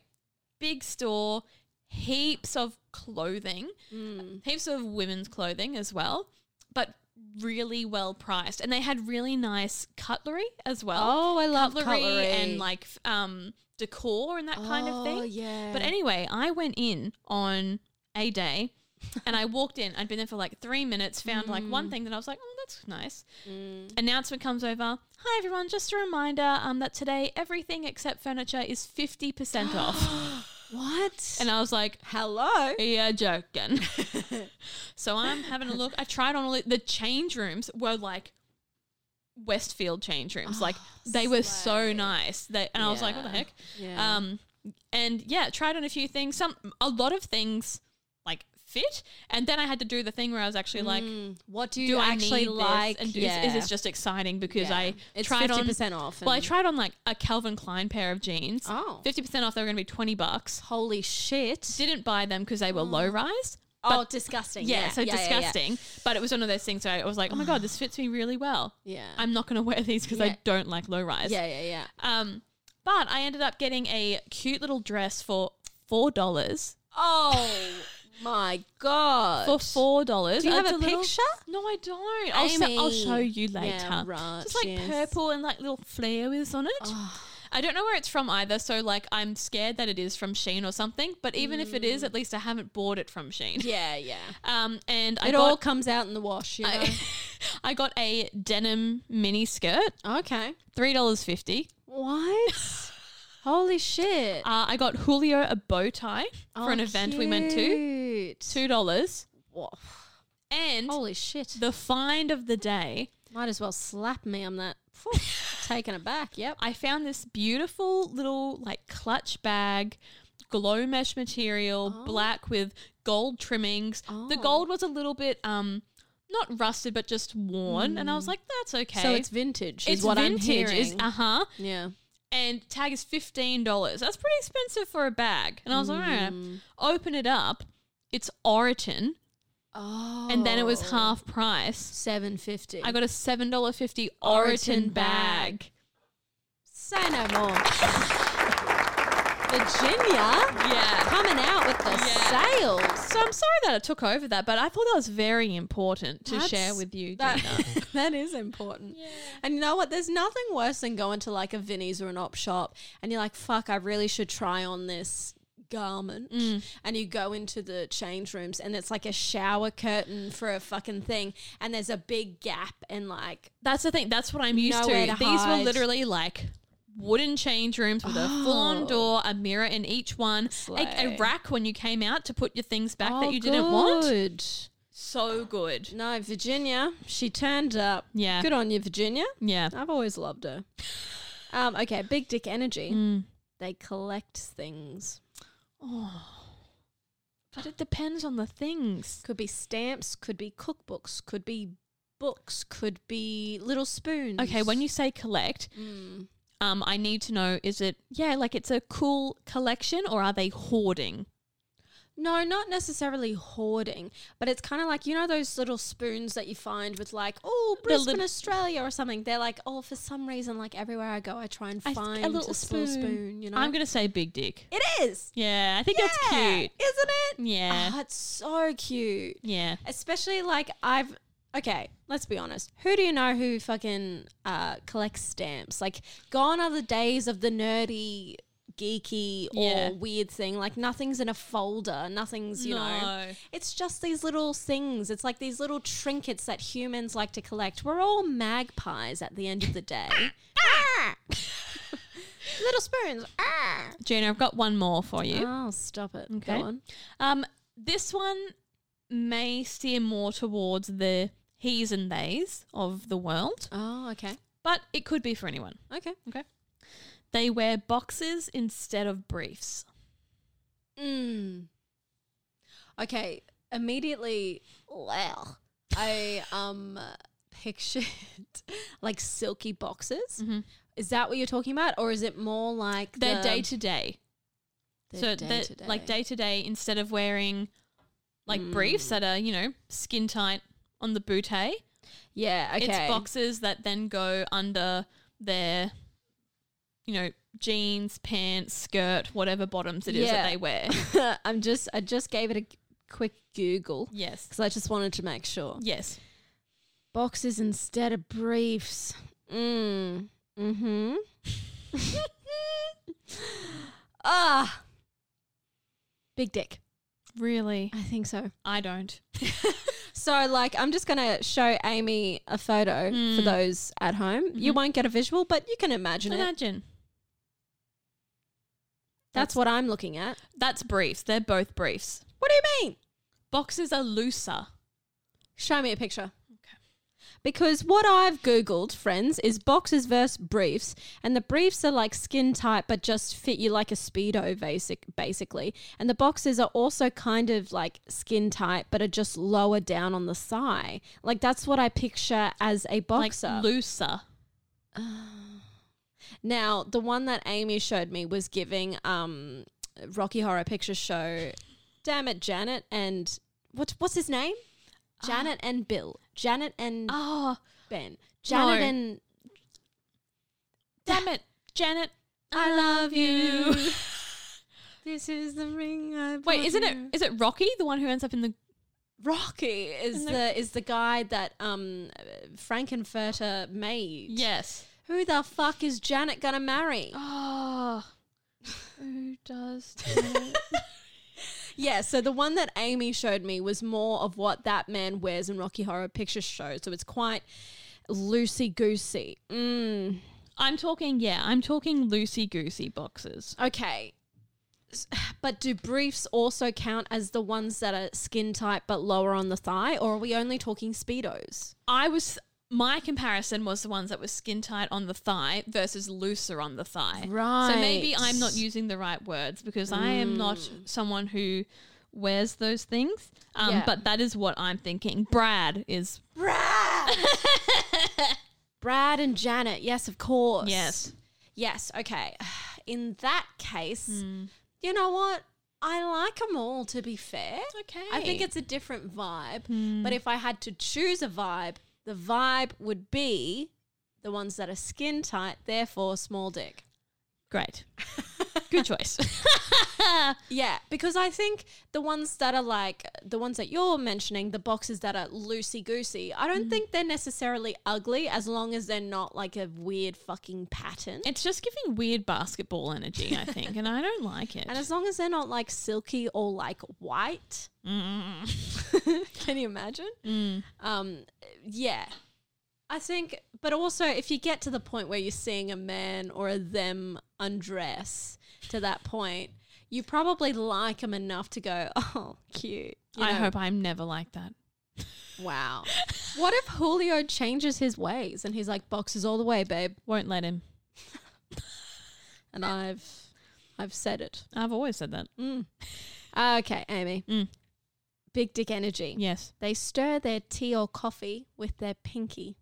[SPEAKER 1] big store, heaps of clothing,
[SPEAKER 2] Mm.
[SPEAKER 1] heaps of women's clothing as well, but really well priced, and they had really nice cutlery as well
[SPEAKER 2] Oh, I love
[SPEAKER 1] cutlery,
[SPEAKER 2] cutlery.
[SPEAKER 1] and like f- um decor and that kind of
[SPEAKER 2] Oh,
[SPEAKER 1] thing.
[SPEAKER 2] yeah.
[SPEAKER 1] But anyway, I went in on a day and I walked in. I'd been there for like three minutes, found like
[SPEAKER 2] Mm.
[SPEAKER 1] one thing that I was like, oh, that's nice. Announcement comes over. Hi, everyone. Just a reminder um, that today everything except furniture is 50% off.
[SPEAKER 2] what?
[SPEAKER 1] And I was like,
[SPEAKER 2] Hello.
[SPEAKER 1] yeah, joking. so I'm having a look. I tried on all the, the change rooms were like Westfield change rooms. like they were so
[SPEAKER 2] slay.
[SPEAKER 1] nice. They and I was like, what the
[SPEAKER 2] Yeah.
[SPEAKER 1] heck?
[SPEAKER 2] Yeah.
[SPEAKER 1] Um, and yeah, tried on a few things. Some a lot of things like fit. And then I had to do the thing where I was actually like.
[SPEAKER 2] Mm. what do
[SPEAKER 1] Do
[SPEAKER 2] you
[SPEAKER 1] I
[SPEAKER 2] actually
[SPEAKER 1] need
[SPEAKER 2] like?
[SPEAKER 1] This? And do- is- is, this just exciting because
[SPEAKER 2] Yeah.
[SPEAKER 1] I
[SPEAKER 2] It's
[SPEAKER 1] tried on
[SPEAKER 2] 50% off
[SPEAKER 1] Well, I
[SPEAKER 2] and-
[SPEAKER 1] tried on like a Calvin Klein pair of jeans.
[SPEAKER 2] Oh.
[SPEAKER 1] fifty percent off. They were going to be twenty bucks.
[SPEAKER 2] holy shit? Mm.
[SPEAKER 1] Didn't buy them because they were low rise.
[SPEAKER 2] Oh, disgusting.
[SPEAKER 1] Yeah, so
[SPEAKER 2] yeah, yeah.
[SPEAKER 1] disgusting. But it was one of those things where I was like, oh my God, this fits me really well.
[SPEAKER 2] Yeah.
[SPEAKER 1] I'm not going to wear these because
[SPEAKER 2] Yeah.
[SPEAKER 1] I don't like low rise.
[SPEAKER 2] Yeah, yeah, yeah.
[SPEAKER 1] Um, but I ended up getting a cute little dress for $4.
[SPEAKER 2] Oh my god.
[SPEAKER 1] For four dollars,
[SPEAKER 2] Do you have a picture?
[SPEAKER 1] No, I don't. I'll, se- I'll
[SPEAKER 2] Amy.
[SPEAKER 1] show you
[SPEAKER 2] Yeah,
[SPEAKER 1] later.
[SPEAKER 2] right, Ah.
[SPEAKER 1] Just like
[SPEAKER 2] yes.
[SPEAKER 1] purple and like little flowers on it. I don't know where it's from either. So like, I'm scared that it is from Sheen or something. But even if it is, at least I haven't bought it from Sheen.
[SPEAKER 2] Mm. Yeah, yeah.
[SPEAKER 1] Um, and I
[SPEAKER 2] It
[SPEAKER 1] got,
[SPEAKER 2] all comes out in the wash, you know.
[SPEAKER 1] I, I got a denim mini skirt,
[SPEAKER 2] okay.
[SPEAKER 1] three dollars fifty.
[SPEAKER 2] What? holy shit.
[SPEAKER 1] Uh, I got Julio a bow tie for
[SPEAKER 2] Oh,
[SPEAKER 1] an event we went
[SPEAKER 2] to.
[SPEAKER 1] to, two dollars. And
[SPEAKER 2] Holy shit.
[SPEAKER 1] the find of the day,
[SPEAKER 2] Might as well slap me. I'm that taken aback. Yep.
[SPEAKER 1] I found this beautiful little like clutch bag, glow mesh material, black with gold trimmings. The
[SPEAKER 2] Oh.
[SPEAKER 1] gold was a little bit um, not rusted but just worn, and I was like, that's okay.
[SPEAKER 2] Mm. So it's vintage. Is what I'm
[SPEAKER 1] vintage,
[SPEAKER 2] hearing.
[SPEAKER 1] uh huh.
[SPEAKER 2] yeah.
[SPEAKER 1] and tag is fifteen dollars. That's pretty expensive for a bag. And I was like,
[SPEAKER 2] Mm.
[SPEAKER 1] all right, open it up. It's Oriton,
[SPEAKER 2] Oh.
[SPEAKER 1] and then it was half price.
[SPEAKER 2] seven fifty.
[SPEAKER 1] I got a seven dollar fifty
[SPEAKER 2] Oriton
[SPEAKER 1] Oriton bag.
[SPEAKER 2] say no more. Virginia
[SPEAKER 1] Yeah.
[SPEAKER 2] coming out with the
[SPEAKER 1] Yeah.
[SPEAKER 2] sales.
[SPEAKER 1] So I'm sorry that I took over that, but I thought that was very important to
[SPEAKER 2] That's-
[SPEAKER 1] share with you.
[SPEAKER 2] That,
[SPEAKER 1] Gina.
[SPEAKER 2] that is important. And you know what? There's nothing worse than going to like a Vinnie's or an op shop and you're like, fuck, I really should try on this garment.
[SPEAKER 1] Mm.
[SPEAKER 2] And you go into the change rooms and it's like a shower curtain for a fucking thing. And there's a big gap and like,
[SPEAKER 1] That's the thing. That's what I'm used
[SPEAKER 2] Nowhere
[SPEAKER 1] to.
[SPEAKER 2] to
[SPEAKER 1] These were
[SPEAKER 2] hide.
[SPEAKER 1] literally like wooden change rooms with a full-on door, a mirror in each one, a, a
[SPEAKER 2] Slay.
[SPEAKER 1] rack when you came out to put your things back that you didn't want.
[SPEAKER 2] want.
[SPEAKER 1] So good.
[SPEAKER 2] No, Virginia, she turned up.
[SPEAKER 1] Yeah.
[SPEAKER 2] Good on you, Virginia.
[SPEAKER 1] Yeah.
[SPEAKER 2] I've always loved her. Um, okay, big dick energy.
[SPEAKER 1] Mm.
[SPEAKER 2] They collect things.
[SPEAKER 1] But it depends on the things.
[SPEAKER 2] Could be stamps, could be cookbooks, could be books, could be little spoons.
[SPEAKER 1] Okay, when you say collect,
[SPEAKER 2] Mm.
[SPEAKER 1] um, I need to know is it yeah, like it's a cool collection or are they hoarding?
[SPEAKER 2] No, not necessarily hoarding, but it's kind of like you know those little spoons that you find with like oh
[SPEAKER 1] The lit-
[SPEAKER 2] Brisbane, Australia or something. They're like oh for some reason like everywhere I go I try and
[SPEAKER 1] I th-
[SPEAKER 2] find a little spoon. you know,
[SPEAKER 1] I'm gonna say big dick.
[SPEAKER 2] It is.
[SPEAKER 1] Yeah, I think that's
[SPEAKER 2] Yeah,
[SPEAKER 1] cute.
[SPEAKER 2] isn't it?
[SPEAKER 1] Yeah.
[SPEAKER 2] oh, it's so cute.
[SPEAKER 1] Yeah.
[SPEAKER 2] Especially like I've okay, let's be honest. Who do you know who fucking uh, collects stamps? Like gone are the days of the nerdy, geeky, or
[SPEAKER 1] Yeah.
[SPEAKER 2] weird thing. Like nothing's in a folder. Nothing's you know.
[SPEAKER 1] No.
[SPEAKER 2] It's just these little things. It's like these little trinkets that humans like to collect. We're all magpies at the end of the day. little spoons.
[SPEAKER 1] Gina, I've got one more for you.
[SPEAKER 2] Oh, stop it.
[SPEAKER 1] Okay.
[SPEAKER 2] Go on.
[SPEAKER 1] Um, this one may steer more towards the he's and theys of the world,
[SPEAKER 2] Oh, okay.
[SPEAKER 1] but it could be for anyone.
[SPEAKER 2] Okay.
[SPEAKER 1] Okay. They wear boxes instead of briefs.
[SPEAKER 2] Mm. Okay, immediately, well, I um pictured like silky boxes. Is that what you're talking about, or is it more like
[SPEAKER 1] Mm-hmm. They're
[SPEAKER 2] the-
[SPEAKER 1] day to day.
[SPEAKER 2] the
[SPEAKER 1] So that
[SPEAKER 2] day-to-day?
[SPEAKER 1] like day to day, instead of wearing like
[SPEAKER 2] Mm.
[SPEAKER 1] briefs that are you know skin tight on the bootay,
[SPEAKER 2] Yeah, okay.
[SPEAKER 1] it's boxes that then go under their you know jeans, pants, skirt, whatever bottoms it is
[SPEAKER 2] Yeah.
[SPEAKER 1] that they wear.
[SPEAKER 2] I'm just I just gave it a g- quick Google
[SPEAKER 1] yes,
[SPEAKER 2] because I just wanted to make sure.
[SPEAKER 1] yes.
[SPEAKER 2] Boxes instead of briefs. Mm. Mm-hmm. ah. Big dick.
[SPEAKER 1] Really,
[SPEAKER 2] I think so.
[SPEAKER 1] I don't.
[SPEAKER 2] So, like, I'm just going to show Amy a photo for those at home. You won't get a visual, but you can Mm-hmm. imagine it.
[SPEAKER 1] Imagine
[SPEAKER 2] That's what I'm looking at.
[SPEAKER 1] that's briefs. They're both briefs.
[SPEAKER 2] What do you mean?
[SPEAKER 1] Boxes are looser.
[SPEAKER 2] Show me a picture.
[SPEAKER 1] Okay.
[SPEAKER 2] Because what I've Googled, friends, is boxes versus briefs. And the briefs are like skin tight, but just fit you like a Speedo, basic, basically. And the boxes are also kind of like skin tight, but are just lower down on the thigh. Like, that's what I picture as a boxer.
[SPEAKER 1] Like looser.
[SPEAKER 2] Now, the one that Amy showed me was giving um Rocky Horror Picture Show. Damn it, Janet and what? What's his name?
[SPEAKER 1] Uh,
[SPEAKER 2] Janet and Bill. Janet and
[SPEAKER 1] Oh,
[SPEAKER 2] Ben. Janet
[SPEAKER 1] no.
[SPEAKER 2] and
[SPEAKER 1] damn it, Janet.
[SPEAKER 2] I love
[SPEAKER 1] you.
[SPEAKER 2] this is the ring. I
[SPEAKER 1] Wait, isn't it? Is it Rocky, the one who ends up in the?
[SPEAKER 2] Rocky? Is
[SPEAKER 1] Isn't
[SPEAKER 2] the,
[SPEAKER 1] it-
[SPEAKER 2] is the guy that um Frankenfurter made?
[SPEAKER 1] Yes.
[SPEAKER 2] Who the fuck is Janet gonna marry?
[SPEAKER 1] Oh,
[SPEAKER 2] Ah.
[SPEAKER 1] who does?
[SPEAKER 2] Yeah, so the one that Amy showed me was more of what that man wears in Rocky Horror Picture Show. So it's quite loosey goosey. Mm.
[SPEAKER 1] I'm talking. Yeah, I'm talking loosey goosey boxes.
[SPEAKER 2] Okay. S- But do briefs also count as the ones that are skin tight but lower on the thigh, or are we only talking Speedos?
[SPEAKER 1] I was. My comparison was the ones that were skin tight on the thigh versus looser on the thigh. So maybe
[SPEAKER 2] Right. Mm.
[SPEAKER 1] I'm not using the right words because I am not someone who wears those things. Um,
[SPEAKER 2] Yeah.
[SPEAKER 1] But that is what I'm thinking. Brad is
[SPEAKER 2] Brad! Brad and Janet, yes, of course.
[SPEAKER 1] yes.
[SPEAKER 2] Yes, okay. In that case, you know what? I like them all, to be fair.
[SPEAKER 1] Okay.
[SPEAKER 2] I think it's a different vibe. But if I had to choose a vibe, the vibe would be the ones that are skin tight, therefore small dick.
[SPEAKER 1] great. Good choice.
[SPEAKER 2] Yeah, because I think the ones that are like the ones that you're mentioning, the boxes that are loosey goosey, I don't think they're necessarily ugly as long as they're not like a weird fucking pattern.
[SPEAKER 1] it's just giving weird basketball energy, I think, and I don't like it.
[SPEAKER 2] and as long as they're not like silky or like white,
[SPEAKER 1] Mm.
[SPEAKER 2] Can you imagine? Um, yeah. I think, but also if you get to the point where you're seeing a man or a them undress to that point, you probably like them enough to go, oh, cute. You
[SPEAKER 1] I
[SPEAKER 2] know,
[SPEAKER 1] hope I'm never like that.
[SPEAKER 2] Wow. what if Julio changes his ways and he's like, boxes all the way, babe?
[SPEAKER 1] Won't let him.
[SPEAKER 2] And I've, I've said it. Ah,
[SPEAKER 1] I've always said that.
[SPEAKER 2] Mm. Okay, Amy.
[SPEAKER 1] Mm.
[SPEAKER 2] Big dick energy.
[SPEAKER 1] Yes.
[SPEAKER 2] They stir their tea or coffee with their pinky.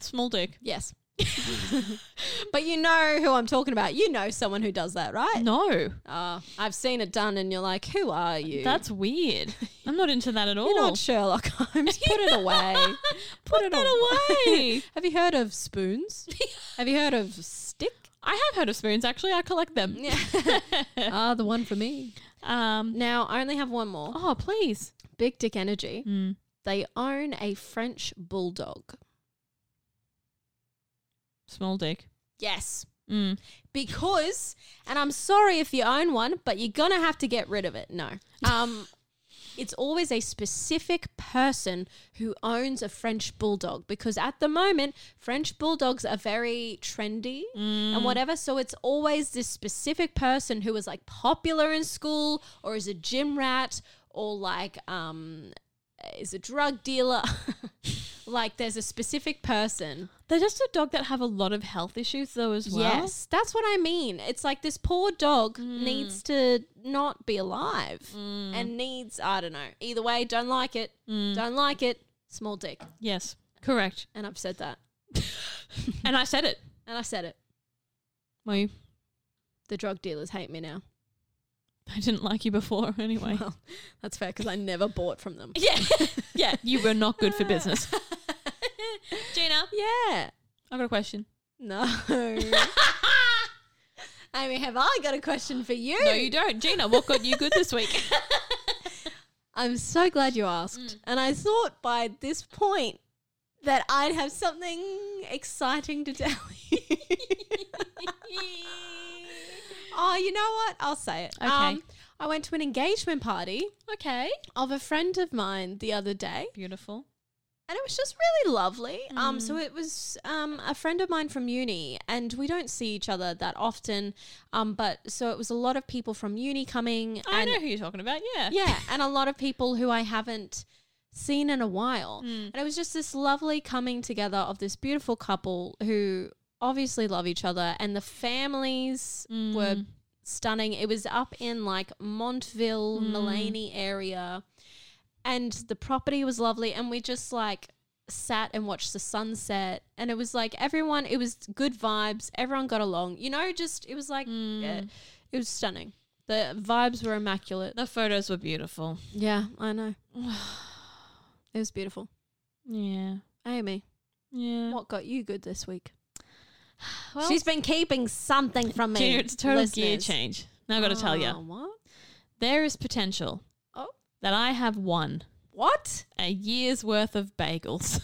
[SPEAKER 1] Small dick.
[SPEAKER 2] Yes. but you know who I'm talking about. You know someone who does that, right?
[SPEAKER 1] No.
[SPEAKER 2] Oh, I've seen it done, and you're like, who are you?
[SPEAKER 1] That's weird. I'm not into that at all.
[SPEAKER 2] you're not Sherlock Holmes. Put it away.
[SPEAKER 1] Put that away.
[SPEAKER 2] Have you heard of spoons? Have you heard of stick?
[SPEAKER 1] I have heard of spoons actually. I collect them.
[SPEAKER 2] Ah, the one for me.
[SPEAKER 1] Um
[SPEAKER 2] Now I only have one more.
[SPEAKER 1] oh please.
[SPEAKER 2] Big Dick Energy. They own a French bulldog.
[SPEAKER 1] Small dick.
[SPEAKER 2] Yes.
[SPEAKER 1] Mm.
[SPEAKER 2] because and I'm sorry if you own one, but you're gonna have to get rid of it. No. Um it's always a specific person who owns a French bulldog because at the moment French bulldogs are very trendy and whatever. So it's always this specific person who is like popular in school or is a gym rat or like um is a drug dealer. like there's a specific person
[SPEAKER 1] They're just a dog that have a lot of health issues though as well. Mm.
[SPEAKER 2] Yes, that's what I mean. It's like this poor dog needs to not be alive and needs, I don't know. Either way, don't like it.
[SPEAKER 1] Mm.
[SPEAKER 2] Don't like it. Small dick.
[SPEAKER 1] Yes. Correct.
[SPEAKER 2] And I've said that.
[SPEAKER 1] and I said it.
[SPEAKER 2] And I said it.
[SPEAKER 1] Well, you-
[SPEAKER 2] The drug dealers hate me now.
[SPEAKER 1] I didn't like you before anyway.
[SPEAKER 2] Well, that's fair because I never bought from them.
[SPEAKER 1] Yeah. yeah. You were not good for business. Gina,
[SPEAKER 2] Yeah.
[SPEAKER 1] I've got a question.
[SPEAKER 2] No. Amy, have I got a question for you?
[SPEAKER 1] No, you don't. Gina, what got you good this week?
[SPEAKER 2] I'm so glad you asked.
[SPEAKER 1] Mm.
[SPEAKER 2] And I thought by this point that I'd have something exciting to tell you. oh, you know what? I'll say it. Um,
[SPEAKER 1] Okay.
[SPEAKER 2] I went to an engagement party
[SPEAKER 1] okay.
[SPEAKER 2] of a friend of mine the other day,
[SPEAKER 1] Beautiful.
[SPEAKER 2] and it was just really lovely. Um,
[SPEAKER 1] Mm.
[SPEAKER 2] so it was um, a friend of mine from uni, and we don't see each other that often. Um, but so it was a lot of people from uni coming.
[SPEAKER 1] I
[SPEAKER 2] and
[SPEAKER 1] know who you're talking about. Yeah.
[SPEAKER 2] yeah, and a lot of people who I haven't seen in a while. And it was just this lovely coming together of this beautiful couple who obviously love each other and the families were stunning. It was up in like Montville, Mullaney area. And the property was lovely and we just like sat and watched the sunset and it was like everyone it was good vibes everyone got along you know just it was like uh, it was stunning the vibes were immaculate
[SPEAKER 1] The photos were beautiful.
[SPEAKER 2] yeah, I know. it was beautiful.
[SPEAKER 1] Yeah.
[SPEAKER 2] Amy,
[SPEAKER 1] Yeah.
[SPEAKER 2] what got you good this week?
[SPEAKER 1] Well-
[SPEAKER 2] She's been keeping something from me.
[SPEAKER 1] Gina, it's a total gear
[SPEAKER 2] listeners.
[SPEAKER 1] change. Now I've got to tell
[SPEAKER 2] Ah,
[SPEAKER 1] you.
[SPEAKER 2] What?
[SPEAKER 1] There is potential
[SPEAKER 2] Oh.
[SPEAKER 1] that I have won
[SPEAKER 2] What?
[SPEAKER 1] a year's worth of bagels.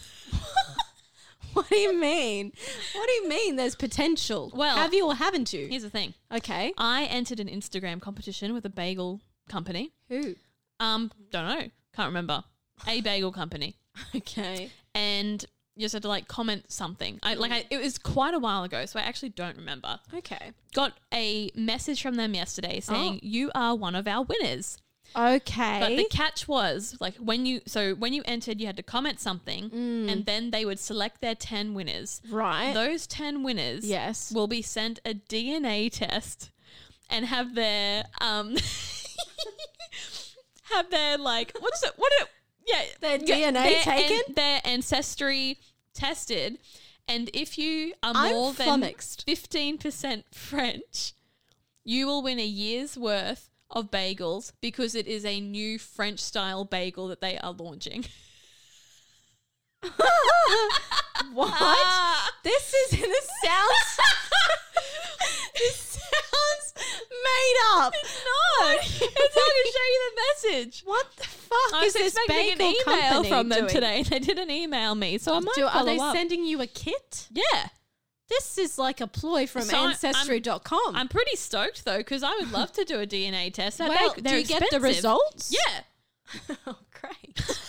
[SPEAKER 2] What do you mean? What do you mean there's potential?
[SPEAKER 1] Well-
[SPEAKER 2] have you or haven't you?
[SPEAKER 1] Here's the thing.
[SPEAKER 2] Okay.
[SPEAKER 1] I entered an Instagram competition with a bagel company.
[SPEAKER 2] Who?
[SPEAKER 1] Um, don't know, can't remember. A bagel company,
[SPEAKER 2] Okay.
[SPEAKER 1] and you just had to like comment something. I like I, it was quite a while ago, so I actually don't remember.
[SPEAKER 2] Mm. Okay.
[SPEAKER 1] Got a message from them yesterday saying
[SPEAKER 2] Oh.
[SPEAKER 1] you are one of our winners.
[SPEAKER 2] Okay.
[SPEAKER 1] But the catch was like when you so when you entered, you had to comment something, and then they would select their ten winners.
[SPEAKER 2] Mm. right.
[SPEAKER 1] Those 10 winners
[SPEAKER 2] Yes.
[SPEAKER 1] will be sent a DNA test and have their um have their like what's it what it yeah
[SPEAKER 2] Their
[SPEAKER 1] yeah,
[SPEAKER 2] DNA taken?
[SPEAKER 1] their ancestry tested and if you are
[SPEAKER 2] I'm
[SPEAKER 1] more than
[SPEAKER 2] flummoxed.
[SPEAKER 1] 15% French you will win a year's worth of bagels because it is a new French style bagel that they are launching
[SPEAKER 2] what?
[SPEAKER 1] Ah.
[SPEAKER 2] This is this sounds this sounds made up. It's not. It's not
[SPEAKER 1] gonna show you the message
[SPEAKER 2] What the fuck
[SPEAKER 1] I was
[SPEAKER 2] is this
[SPEAKER 1] expecting
[SPEAKER 2] bagel
[SPEAKER 1] an email
[SPEAKER 2] company
[SPEAKER 1] from them
[SPEAKER 2] doing?
[SPEAKER 1] today. They didn't email me, so I might
[SPEAKER 2] Do, are
[SPEAKER 1] follow
[SPEAKER 2] they
[SPEAKER 1] up.
[SPEAKER 2] sending you a kit?
[SPEAKER 1] yeah,
[SPEAKER 2] This is like a ploy from
[SPEAKER 1] So I- I'm-
[SPEAKER 2] ancestry.com.
[SPEAKER 1] I'm pretty stoked though because I would love to do a DNA test. That
[SPEAKER 2] well,
[SPEAKER 1] bag-
[SPEAKER 2] do
[SPEAKER 1] they're
[SPEAKER 2] you get the
[SPEAKER 1] expensive.
[SPEAKER 2] results?
[SPEAKER 1] Yeah,
[SPEAKER 2] oh, great.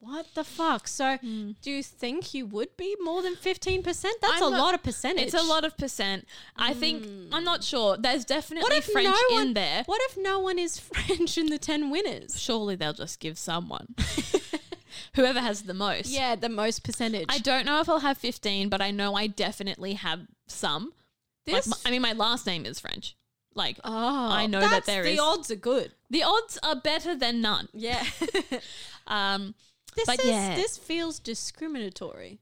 [SPEAKER 2] what the fuck? So,
[SPEAKER 1] Hmm.
[SPEAKER 2] do you think you would be more than 15%? That's
[SPEAKER 1] I'm
[SPEAKER 2] a
[SPEAKER 1] not-
[SPEAKER 2] lot of percentage.
[SPEAKER 1] it's a lot of percent. I think I'm not sure. There's definitely
[SPEAKER 2] Mm. what if
[SPEAKER 1] French
[SPEAKER 2] no one,
[SPEAKER 1] in there.
[SPEAKER 2] What if no one is French in the 10 winners?
[SPEAKER 1] Surely they'll just give someone, whoever has the most.
[SPEAKER 2] Yeah, the most percentage.
[SPEAKER 1] I don't know if I'll have 15, but I know I definitely have some. Like,
[SPEAKER 2] This-
[SPEAKER 1] my- I mean, my last name is French. Like,
[SPEAKER 2] Oh,
[SPEAKER 1] I know that
[SPEAKER 2] that's-
[SPEAKER 1] there
[SPEAKER 2] the
[SPEAKER 1] is.
[SPEAKER 2] odds are good.
[SPEAKER 1] the odds are better than none.
[SPEAKER 2] Yeah.
[SPEAKER 1] Um,
[SPEAKER 2] this
[SPEAKER 1] But
[SPEAKER 2] is
[SPEAKER 1] yeah.
[SPEAKER 2] this feels discriminatory.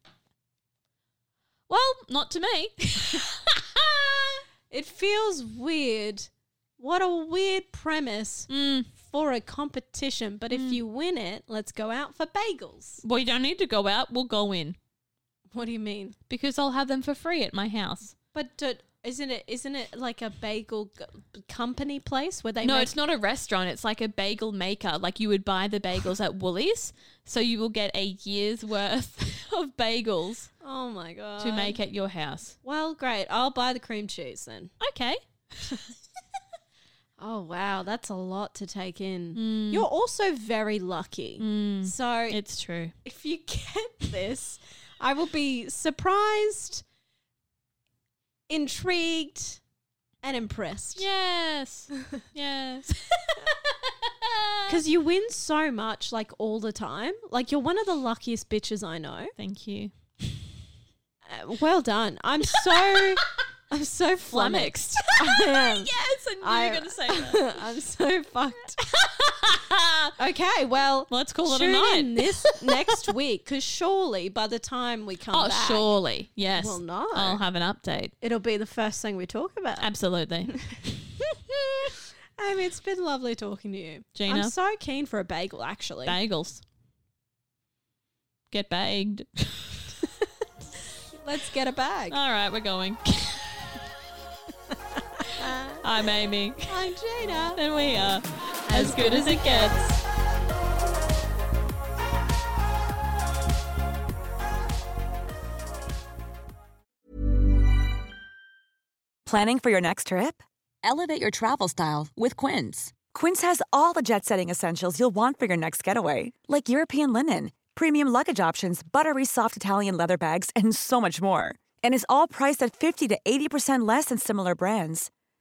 [SPEAKER 1] well, not to me.
[SPEAKER 2] It feels weird. What a weird premise
[SPEAKER 1] Mm.
[SPEAKER 2] for a competition. But if you win it, let's go out for bagels.
[SPEAKER 1] well, you don't need to go out. We'll go in
[SPEAKER 2] What do you mean?
[SPEAKER 1] because I'll have them for free at my house.
[SPEAKER 2] But do, isn't it isn't it like a bagel g- company place where they
[SPEAKER 1] no,
[SPEAKER 2] make
[SPEAKER 1] it's not a restaurant. It's like a bagel maker. Like you would buy the bagels at Woolies, so you will get a year's worth of bagels
[SPEAKER 2] Oh my god.
[SPEAKER 1] to make at your house.
[SPEAKER 2] Well, great. I'll buy the cream cheese then.
[SPEAKER 1] Okay.
[SPEAKER 2] Oh wow, that's a lot to take in. You're also very lucky. So
[SPEAKER 1] It's true.
[SPEAKER 2] if you get this, I will be surprised, intrigued, and impressed.
[SPEAKER 1] Yes. yes.
[SPEAKER 2] Because you win so much, like all the time. Like you're one of the luckiest bitches I know.
[SPEAKER 1] Thank you.
[SPEAKER 2] Uh, well done. I'm so, I'm so flummoxed.
[SPEAKER 1] Flummoxed.
[SPEAKER 2] I am.
[SPEAKER 1] Yes, I knew you were going to say that.
[SPEAKER 2] I'm so fucked. okay, well,
[SPEAKER 1] Let's call it a
[SPEAKER 2] tune
[SPEAKER 1] night.
[SPEAKER 2] in this next week because surely by the time we come
[SPEAKER 1] Oh,
[SPEAKER 2] back,
[SPEAKER 1] surely. Yes.
[SPEAKER 2] Well, no.
[SPEAKER 1] I'll have an update.
[SPEAKER 2] it'll be the first thing we talk about.
[SPEAKER 1] Absolutely.
[SPEAKER 2] Amy, it's been lovely talking to you.
[SPEAKER 1] Gina?
[SPEAKER 2] I'm so keen for a bagel, actually.
[SPEAKER 1] Bagels. Get bagged.
[SPEAKER 2] Let's get a bag.
[SPEAKER 1] All right, we're going. I'm Amy.
[SPEAKER 2] I'm Gina.
[SPEAKER 1] And we are as good as it gets.
[SPEAKER 3] Planning for your next trip? Elevate your travel style with Quince. Quince has all the jet setting essentials you'll want for your next getaway, like European linen, premium luggage options, buttery soft Italian leather bags, and so much more. And is all priced at 50 to 80% less than similar brands.